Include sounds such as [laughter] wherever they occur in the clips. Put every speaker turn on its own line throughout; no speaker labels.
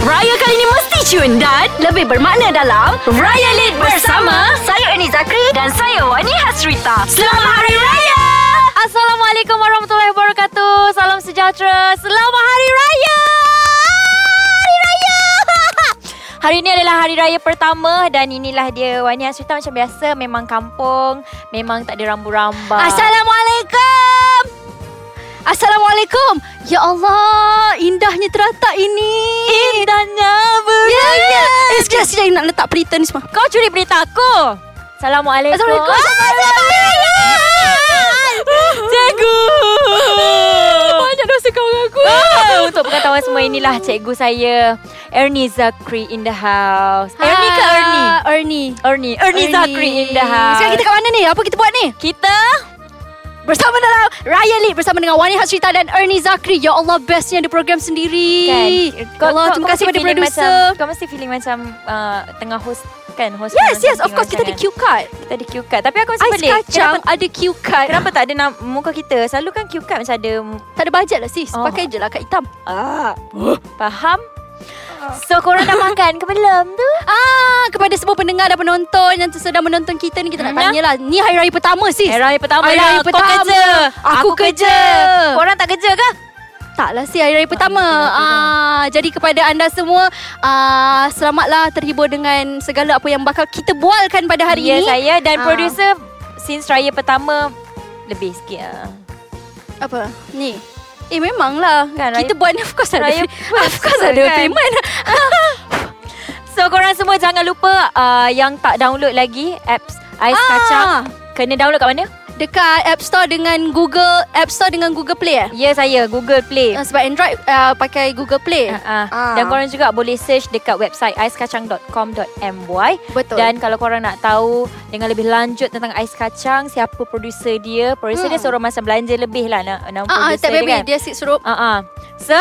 Raya kali ini mesti cun dan lebih bermakna dalam Raya Lit bersama saya Ernie Zakri dan saya Wani Hasrita. Selamat Hari Raya!
Assalamualaikum warahmatullahi wabarakatuh. Salam sejahtera. Selamat Hari Raya. Hari Raya. [laughs] Hari ini adalah hari raya pertama dan inilah dia Wani Asrita macam biasa memang kampung, memang tak ada rambu-ramba.
Assalamualaikum. Assalamualaikum. Ya Allah, indahnya teratak ini.
indahnya beraya.
Ya, ya. Eh, sekejap, sekejap. Nak letak berita ni semua.
Kau curi berita aku. Assalamualaikum.
Assalamualaikum.
Oh.
Cikgu.
Banyak dosa kau dengan aku.
Ah, Untuk pengetahuan semua inilah cikgu saya Ernie Zakri in the house. Ernie
Ah.
ke Ernie?
Ah. Ernie.
Ernie. Ernie, Zakri in the house.
Sekarang kita kat mana ni? Apa kita buat ni?
kita
Bersama dalam Raya Lit Bersama dengan Wani Hasrita dan Ernie Zakri Ya Allah bestnya ada program
Kan?
sendiri Ya Allah terima kasih
mesti
kepada
feeling
producer
macam, Kau mesti feeling macam uh, Tengah host kan host
Yes
program
yes of
tengok
course Kita ada
macam
cue card
kan. Kita ada cue card Tapi aku masih
Ais
pelik
kacang
kenapa,
ada cue card
kenapa tak ada nama, muka kita Selalu kan cue card macam ada
Tak ada bajet lah sis
Oh.
Pakai je lah kad hitam
ah, Faham? So korang dah makan ke belum tu?
Ah, Kepada semua pendengar dan penonton Yang sedang menonton kita ni Kita nak
Hmm.
tanya lah Ni hari raya pertama sis
Hari raya pertama
Hari raya
lah Kau
pertama.
kerja
Aku kerja.
Korang tak kerja ke?
Tak lah sis hari raya pertama
betul, betul,
ah, Jadi kepada anda semua ah, Selamatlah terhibur dengan Segala apa yang bakal kita bualkan pada hari ini
ya, saya dan
Ah.
producer Since raya pertama Lebih sikit lah
Apa? Ni. Eh memanglah kan,
Kan, raya-
Kita buat ni of course ada
raya
[laughs] Of course ada
kan? [laughs]
payment
So korang semua jangan lupa uh, Yang tak download lagi Apps Ais ah. Kacang Kena download kat mana?
Dekat App Store dengan Google App Store dengan Google Play eh?
Ya saya Google Play
Uh, sebab Android uh, pakai Google Play
Uh,
Ah.
Dan korang juga boleh search dekat website aiskacang.com.my
Betul
Dan kalau korang nak tahu dengan lebih lanjut tentang ais kacang Siapa producer dia
Hmm.
Producer dia suruh macam belanja lebih lah Nama, nama
Ah, ah,
producer
tak
dia
baby
kan
dia asyik suruh
Uh-uh. So,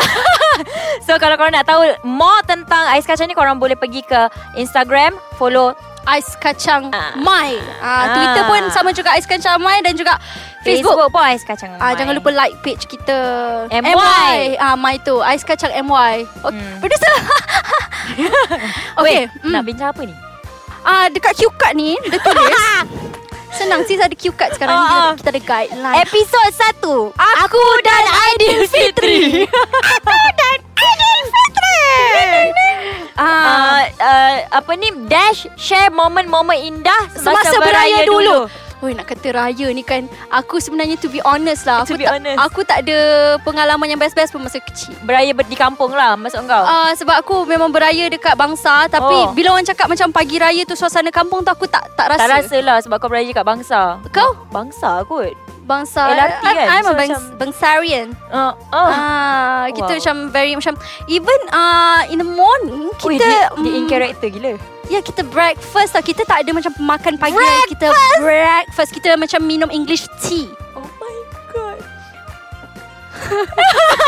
[laughs] so kalau korang nak tahu more tentang ais kacang ni Korang boleh pergi ke Instagram Follow
ais kacang
Ah.
mai. Ah, Twitter
Ah.
pun sama juga ais kacang mai dan juga Facebook.
Facebook, pun ais kacang
Ah,
My.
jangan lupa like page kita
MY.
Ah, mai tu ais kacang MY. Okay.
Hmm.
Producer. [laughs] okay. mm. hmm.
Wait, nak bincang apa ni?
Ah dekat cue card ni dia tulis [laughs] Senang sis ada cue card sekarang ni
Ah, ah.
dia, Kita ada guideline
Episod 1 Aku dan Aidilfitri [laughs]
ah,
uh, uh, Apa ni Dash Share momen-momen indah
Semasa beraya dulu. Oi nak kata raya ni kan Aku sebenarnya to be honest lah
To
aku
be
tak,
honest.
Aku tak ada pengalaman yang best-best pun masa kecil
Beraya ber- di kampung lah Maksud kau uh,
Ah sebab aku memang beraya dekat bangsa tapi oh.
Oh.
bila orang cakap macam pagi raya tu suasana kampung tu aku tak tak rasa.
Tak rasa lah Sebab kau beraya kat bangsa
Kau?
Bangsa kot
Bangsa. I-
LRT kan?
I'm
So,
a bangs-
macam-
bangsarian.
uh, uh.
Ah kita
Wow.
macam very macam even ah in the morning kita
Ui, dia, dia in
mm,
character gila
Ya kita breakfast lah Kita tak ada macam makan pagi breakfast. Kita breakfast Kita macam minum English tea
Oh my god [laughs]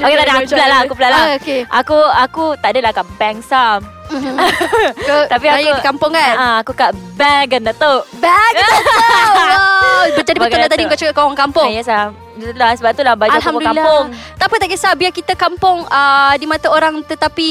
Okay tak ada Aku pula lah Aku pula lah
ah, Okay
Aku aku tak adalah kat bangsa
Ke, [laughs]
Tapi
raya
aku-
di kampung kan
kan? Ah, aku kat Bagan Datuk.
[laughs] Bag Wow Jadi betul
Bagai
lah tadi
Datuk.
kau cakap kau orang kampung
Ah, yes lah. Betul lah. Sebab tu lah baju aku pun kampung.
Tak apa tak kisah Biar kita kampung ah, Di mata orang tetapi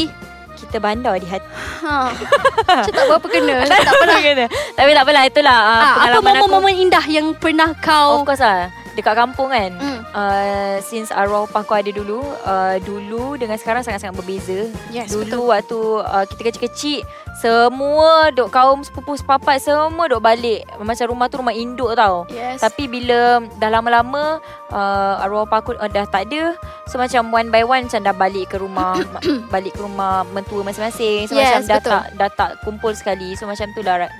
Kita bandar di hati.
ha, [laughs] Macam tak berapa [laughs] kena Tak apa lah
Kena. Tapi tak apalah. Itulah ah,
Ah, Apa
pengalaman aku.
momen-momen indah Yang pernah
Of
kau
course lah. Dekat kampung kan.
Mm.
Uh, since arwah upah aku ada dulu uh, Dulu dengan sekarang sangat-sangat berbeza
Yes,
Dulu betul. waktu uh, kita kecil-kecil Semua duk kaum sepupu sepapat Semua duk balik Macam rumah tu rumah induk tau
Yes
Tapi bila dah lama-lama uh, arwah bapa aku uh, dah tak ada So macam one by one macam dah balik ke
[coughs]
rumah ma- Balik ke rumah mentua masing-masing So
Yes,
macam dah
betul.
tak, dah tak kumpul sekali So macam tu lah Ra-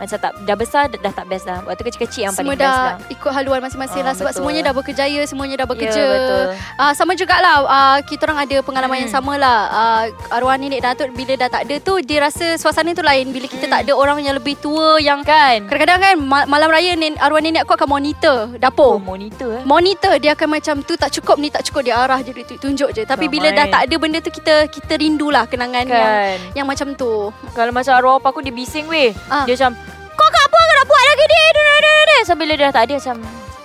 Macam tak, dah besar dah, dah tak best lah Waktu kecil-kecil yang
Semua
paling best lah
dah ikut haluan masing-masing
Ah,
lah Sebab
betul.
semuanya dah berkejaya Semuanya dah bekerja
Ya, betul.
Uh, sama jugalah uh, kita orang ada pengalaman
Mm.
yang sama lah uh, arwah nenek datuk bila dah tak ada tu dia rasa suasana tu lain bila kita
Hmm.
tak ada orang yang lebih tua yang
Kan
kadang-kadang kan ma- malam raya nen- arwah nenek aku akan monitor
Oh
dapur
monitor eh
monitor dia akan macam tu tak cukup ni tak cukup dia arah je dia tu- tunjuk je tapi bila
Ramai.
dah tak ada benda tu kita kita rindulah kenangan yang
Kan
yang macam tu
Kalau macam arwah bapa aku dia bising weh
Ah.
Dia macam Kau kat apa kau nak buat lagi ni Sampai bila dia dah tak ada macam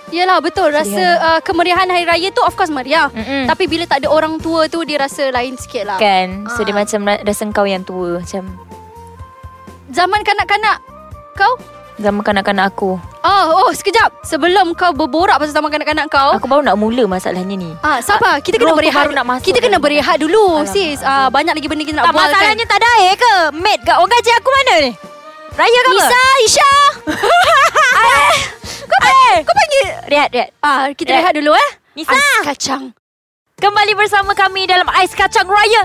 Yelah betul Rasa
kan?
uh, kemeriahan Hari Raya tu Of course meriah
Mm-mm.
Tapi bila tak ada orang tua tu Dia rasa lain sikit lah
Hmm. Kan So dia
Ah.
macam ra- Rasa kau yang tua Macam
Zaman kanak-kanak Kau
Zaman kanak-kanak aku
Oh oh sekejap Sebelum kau berborak Pasal zaman kanak-kanak kau
Aku baru nak mula masalahnya ni
Ah, sabar. Kita kena
roh tu
berehat.
baru nak masuk
Kita kena
dah.
berehat dulu,
Alamak,
sis. Ah, banyak lagi benda kita nak
Tak
bualkan.
masalahnya tak ada air ke Maid kat orang gaji aku mana ni Raya ke apa
Nisa,
[laughs]
Isha.
Kau panggil Kau panggil Rehat rehat
Ah, kita
Ya.
rehat dulu eh.
Nisa.
Ais kacang.
Kembali bersama kami dalam Ais Kacang Raya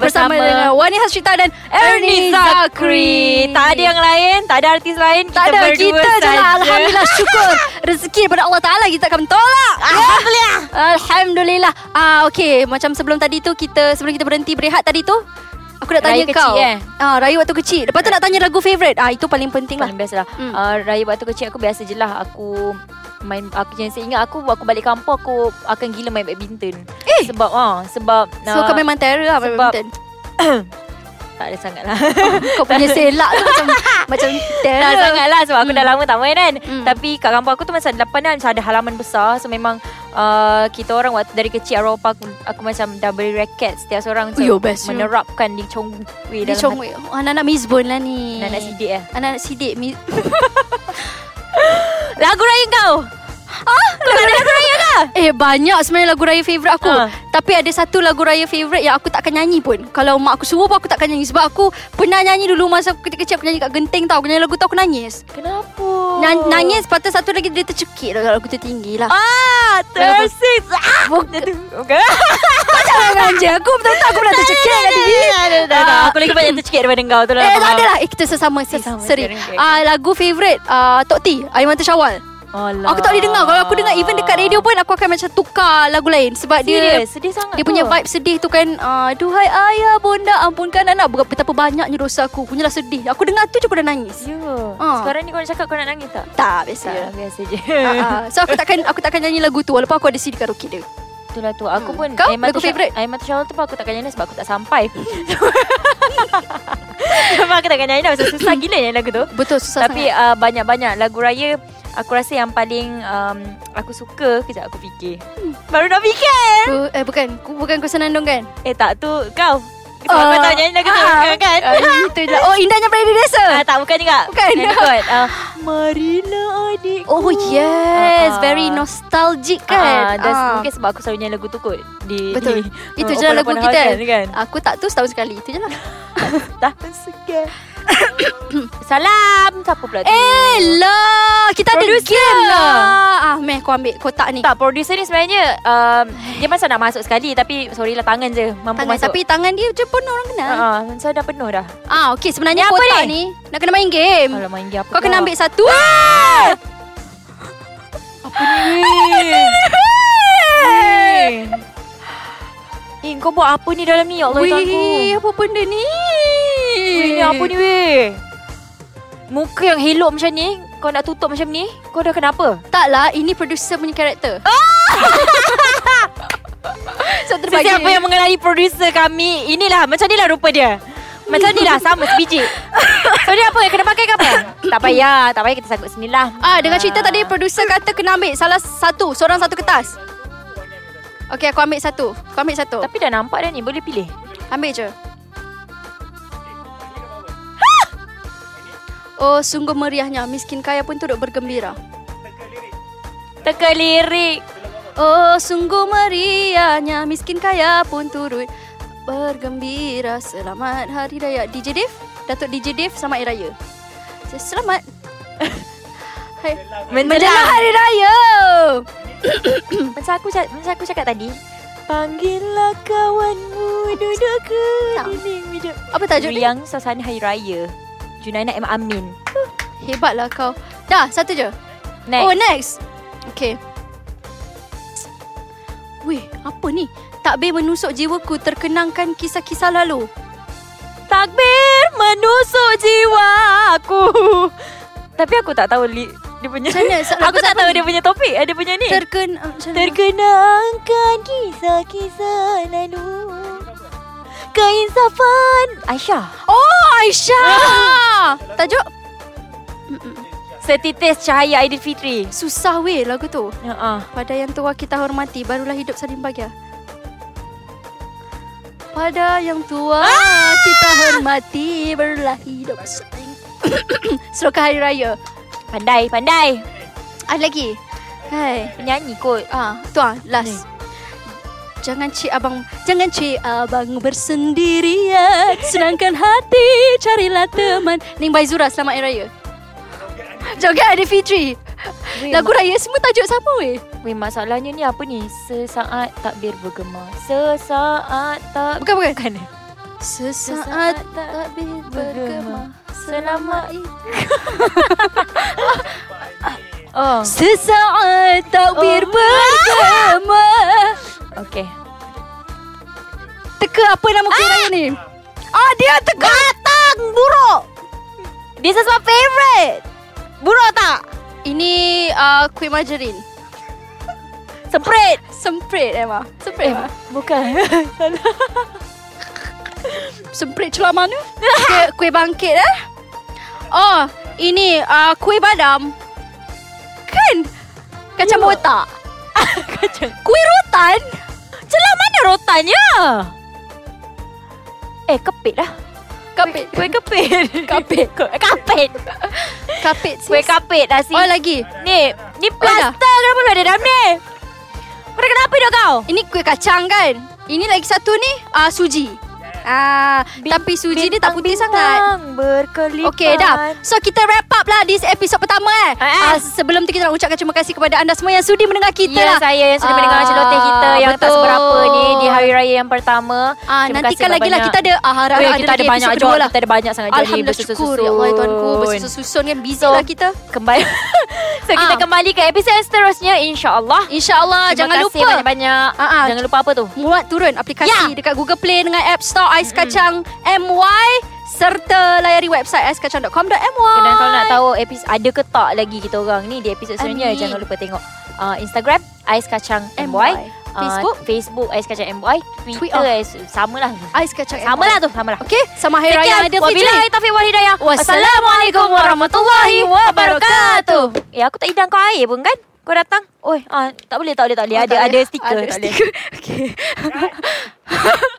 Bersama, dengan Wani Hasrita dan
Ernie Zakri Tak ada yang lain Tak ada artis lain
tak ada
Kita
kita
berdua
je
saja.
lah Alhamdulillah
[laughs]
syukur Rezeki daripada Allah Ta'ala Kita akan tolak
Alhamdulillah
Alhamdulillah ah, Okay Macam sebelum tadi tu kita Sebelum kita berhenti berehat tadi tu Aku nak tanya
Raya
kau
kecil, eh?
ah, Raya waktu kecil Lepas tu nak tanya lagu favourite ah, Itu paling penting lah
Paling biasa lah
Hmm.
hmm. uh, Raya waktu kecil aku biasa je lah Aku main aku yang saya ingat aku aku balik kampung aku akan gila main badminton eh. sebab ah sebab
So kau main Mantera lah main
sebab-
badminton.
tak ada sangat lah
Kau punya selak tu
[laughs]
macam macam
Tak
terror.
sangat lah Sebab aku
Hmm.
dah lama tak main kan
Hmm.
Tapi kat kampung aku tu Masa depan kan Macam ada halaman besar So memang uh, Kita orang waktu dari kecil Arwah aku, aku macam dah beli raket Setiap seorang macam
Yo, bestnya.
Menerapkan di congwe
Dia
dalam
comel. Oh, Anak-anak Mizbon lah ni.
hati Anak sidik eh
Anak-anak sidik mi-
[laughs] Lagu raya kau Ah, Kau tak ada lagu raya kah?
Eh banyak sebenarnya lagu raya favourite aku
Ha.
Tapi ada satu lagu raya favourite Yang aku takkan nyanyi pun Kalau mak aku suruh pun Aku takkan nyanyi Sebab aku pernah nyanyi dulu Masa aku kecil-kecil Aku nyanyi kat genteng tau Aku nyanyi lagu tu aku nangis
Kenapa?
Nan- Nangis Lepas tu satu lagi Dia tercekik lah Kalau aku tertinggi lah
Ah Tersis Ah Bukan [laughs] Bukan
Jangan je Aku betul-betul Aku
[laughs]
pernah tercekik kat [laughs] diri Ah.
Aku lagi banyak tercekik daripada kau tu lah
Eh tak adalah Eh kita sesama sis
Sesama,
Seri
seri, okay, okay.
Ah Lagu favourite ah, Tok T Aiman Syawal
Alah.
Aku tak boleh dengar Kalau aku dengar Even dekat radio pun Aku akan macam tukar lagu lain Sebab dia
Serius Sedih sangat
Dia
tu.
punya vibe sedih tu kan uh, Duhai ayah bonda Ampunkan anak Ber- Betapa banyaknya dosa aku Punyalah sedih Aku dengar tu je aku dah nangis
Ya
Ah.
Sekarang ni kau nak cakap Kau nak nangis tak?
Tak biasa
Ya, biasa je.
Ah, ah. So aku takkan Aku takkan nyanyi lagu tu Walaupun aku ada CD karaoke dia
Itulah lah tu. Aku
Hmm.
pun
Kau,
Aiman
lagu
tu syak-
favourite?
Aiman tu syawal tu pun aku takkan nyanyi sebab aku tak sampai. [laughs] Sebab aku takkan nyanyi dah pasal susah gila nyanyi lagu tu.
Betul susah
Tapi uh, banyak-banyak lagu raya aku rasa yang paling um, aku suka kejap aku fikir.
Hmm.
Baru nak
sangat.
fikir.
Bu- Eh bukan Ku- Bukan kau senandung kan
Eh tak tu kau. Sebab kau
Ah,
tahu nyanyi lagu tu
ah,
[laughs] kan? kan?
[laughs] ah, Itu je Oh indahnya Prairie Desa
Ah, tak bukan juga.
Bukan.
Nyanyi kot. Uh, Marilah adik.
Oh yes
Ah, ah.
Very nostalgic
Kan? Uh,
kan
dan
Ah.
mungkin sebab aku selalu nyanyi lagu tu kot. Di,
[laughs] Betul
Di,
Itu
Oh,
je lah lagu
Open
kita
Hotel kan?
Aku tak tu setahun sekali Itu je lah
Tahun
[coughs]
sekian Salam Siapa pula tu
Eh lah Kita ada
Producer.
game lah Ah meh kau ambil kotak ni
Tak producer ni sebenarnya um, Dia masa nak masuk sekali Tapi sorry lah tangan je Mampu
Tangan,
masuk
tapi tangan dia je pun orang kenal.
uh, Saya dah penuh dah
Ah, okey sebenarnya
Ni apa
kotak
ni? Ah.
ni? nak kena main game.
Kalau main dia apa
Hmm. Kau kena ambil satu.
Ah! Eh kau buat apa ni dalam ni Ya Allah Tuhan aku
Wih, apa benda ni?
Weh ni apa ni weh Muka yang helok macam ni Kau nak tutup macam ni Kau dah kenapa
Taklah, lah, ini producer punya karakter.
Ah!
[laughs] so terbagi.
Sesiapa yang mengenali producer kami Inilah macam ni lah rupa dia Macam ni lah sama sebiji So dia apa kena pakai ke apa Tak payah Tak payah kita sangkut sini lah
Ah, dengan cerita tadi producer kata kena ambil salah satu, seorang satu kertas. Okey, aku ambil satu. Kau ambil satu.
Tapi dah nampak dah ni Boleh pilih
Ambil je. Ah! Oh, sungguh meriahnya. Miskin kaya pun turut bergembira.
Teka lirik
Oh sungguh meriahnya miskin kaya pun turut bergembira Selamat Hari Raya DJ Dave Datuk DJ Dave Selamat Hari Raya Selamat [laughs] Hai. Menjelang
Menjelang
Hari Raya
Macam aku, ca- macam aku cakap tadi Panggillah kawanmu Duduk ke
Tak.
dinding meja
Apa tajuk ni?
Riang Sasana Hari Raya Junaina M. Amin
Hebatlah kau Dah satu je
Next
Oh next Okay Weh apa ni Takbir menusuk jiwaku Terkenangkan kisah-kisah lalu
Takbir menusuk jiwa aku Tapi aku tak tahu li- dia punya
Macam mana? So,
Aku
lagu
tak
siapa
tahu
ni?
dia punya topik Eh, Dia punya ni
Terken ah, macam mana?
Terkenangkan kisah-kisah lalu Keinsafan Aisyah
Ah. Oh Aisyah Tajuk
Setitis cahaya Aidilfitri.
Susah weh lagu tu.
Ha ah.
Pada yang tua kita hormati Barulah hidup saling bahagia Pada yang tua ah! kita hormati Barulah hidup saling [coughs] Seroka Hari Raya
Pandai, pandai.
Ada lagi Hai
Penyanyi kot.
ah, Tu ah, last Jangan cik abang Jangan cik ah, abang bersendirian Senangkan hati Carilah teman Ning Baizura Selamat Hari Raya Joget Adi Fitri
Weh,
Lagu raya semua tajuk sama weh
ma- weh, masalahnya ni apa ni? Sesaat takbir bergema. Sesaat tak
Bukan bukan eh?
bukan.
Sesaat
tak
takbir
bergema
bergema
selama
selama itu.
Oh.
Sesaat takbir
Oh.
bergema.
Okey.
Teka apa nama kuih raya ni? Ah dia teka batang buruk.
This is my favorite. Buruk tak?
Ini uh, kuih margarin.
Spread.
[laughs] Semprit Emma. Semprit Emma.
Bukan. [laughs]
Semprit celah [laughs] mana? kuih, kuih bangkit eh. Oh, ini uh, kuih badam. Kan? Kacang [laughs]
Ya.
botak.
Kacang.
Kuih rotan?
Celah mana rotannya? Eh, kepit lah.
Kapit.
Kuih [laughs] kepit.
Kapit.
kapit.
Kapit sis.
Kuih kapit lah si.
Oh lagi.
Ni, ni plaster
dah.
kenapa lu ada dalam ni? Kau dah kenapa dah kau?
Ini kuih kacang kan? Ini lagi satu ni uh, suji. Ah,
Bin-
tapi suji dia tak putih
bintang
sangat.
berkelipan.
Okey dah. So kita wrap up lah this episode pertama eh.
Eh, eh.
Uh, sebelum tu kita nak ucapkan terima kasih kepada anda semua yang sudi mendengar kita lah.
ya, saya yang sudah
Ah,
mendengar celoteh kita yang tak
betul.
seberapa ni di hari raya yang pertama.
Ah,
Terima
nantikan
kasih
lagi lah kita
banyak-banyak.
ada ah, harap
Weh,
ada
kita ada lah.
lagi episode
banyak jual
kedua lah.
Kita ada banyak sangat jadi
Alhamdulillah syukur Ya Allah ya Tuhanku Bersusun-susun kan Busy
So-
lah kita
Kembali [laughs] So kita
Ah.
kembali ke episod yang seterusnya InsyaAllah
InsyaAllah
Terima
Jangan
kasih
lupa
banyak-banyak
Ah, ah.
Jangan lupa apa tu
Muat turun aplikasi
Ya. Hmm.
yeah. dekat Google Play dengan App Store Ais Kacang MY serta layari website aiskacang.com.my.
Dan kalau nak tahu episod ada ke tak lagi kita orang ni di episod seterusnya
Amin.
jangan lupa tengok uh, Instagram Ais Kacang MY,
MY.
Ah,
Facebook?
Facebook Ais Kacang MY, Twitter
Twitter.
Ais sama lah.
Ais Kacang
Sama lah tu, sama lah.
Okey, sama Hari Raya Aidilfitri.
Wabillahi taufiq wal hidayah.
Wassalamualaikum warahmatullahi wabarakatuh.
Eh aku tak hidang kau air pun kan? Kau datang. Oi, ah, tak boleh tak boleh tak boleh.
Oh,
ada
tak
ada
boleh.
stiker
Ada
tak boleh.
stiker. Okey.